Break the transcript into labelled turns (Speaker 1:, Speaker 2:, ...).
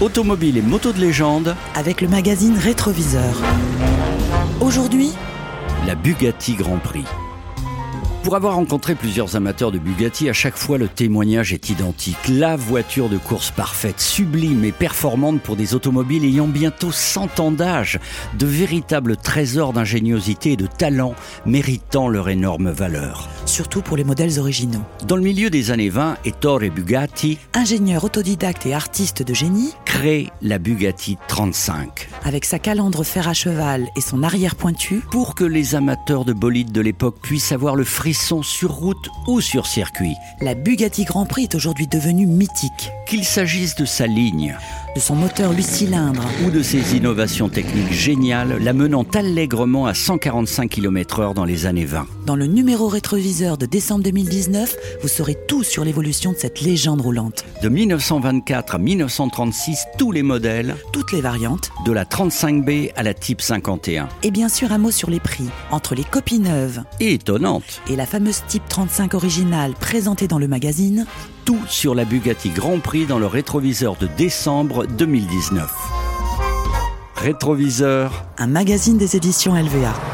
Speaker 1: automobiles et motos de légende,
Speaker 2: avec le magazine Rétroviseur. Aujourd'hui,
Speaker 1: la Bugatti Grand Prix. Pour avoir rencontré plusieurs amateurs de Bugatti, à chaque fois le témoignage est identique. La voiture de course parfaite, sublime et performante pour des automobiles ayant bientôt 100 ans d'âge, de véritables trésors d'ingéniosité et de talent méritant leur énorme valeur.
Speaker 2: surtout pour les modèles originaux.
Speaker 1: Dans le milieu des années 20, Ettore Bugatti
Speaker 2: Ingénieur autodidacte et artiste de génie,
Speaker 1: crée la Bugatti 35.
Speaker 2: avec sa calandre fer à cheval et son arrière pointu,
Speaker 1: Pour que les amateurs de bolides de l'époque puissent avoir le frisson sur route ou sur circuit,
Speaker 2: la Bugatti Grand Prix est aujourd'hui devenue mythique.
Speaker 1: qu'il s'agisse de sa ligne,
Speaker 2: De son moteur 8 cylindres
Speaker 1: ou de ses innovations techniques géniales la menant allègrement à 145 km/h dans les années 20.
Speaker 2: Dans le numéro rétroviseur de décembre 2019, vous saurez tout sur l'évolution de cette légende roulante.
Speaker 1: De 1924 à 1936, tous les modèles,
Speaker 2: Toutes les variantes,
Speaker 1: de la 35B à la Type 51.
Speaker 2: et bien sûr un mot sur les prix, entre les copies neuves
Speaker 1: Et étonnante,
Speaker 2: et la fameuse Type 35 originale présentée dans le magazine,
Speaker 1: tout sur la Bugatti Grand Prix dans le rétroviseur de décembre 2019. Rétroviseur
Speaker 2: un magazine des éditions LVA.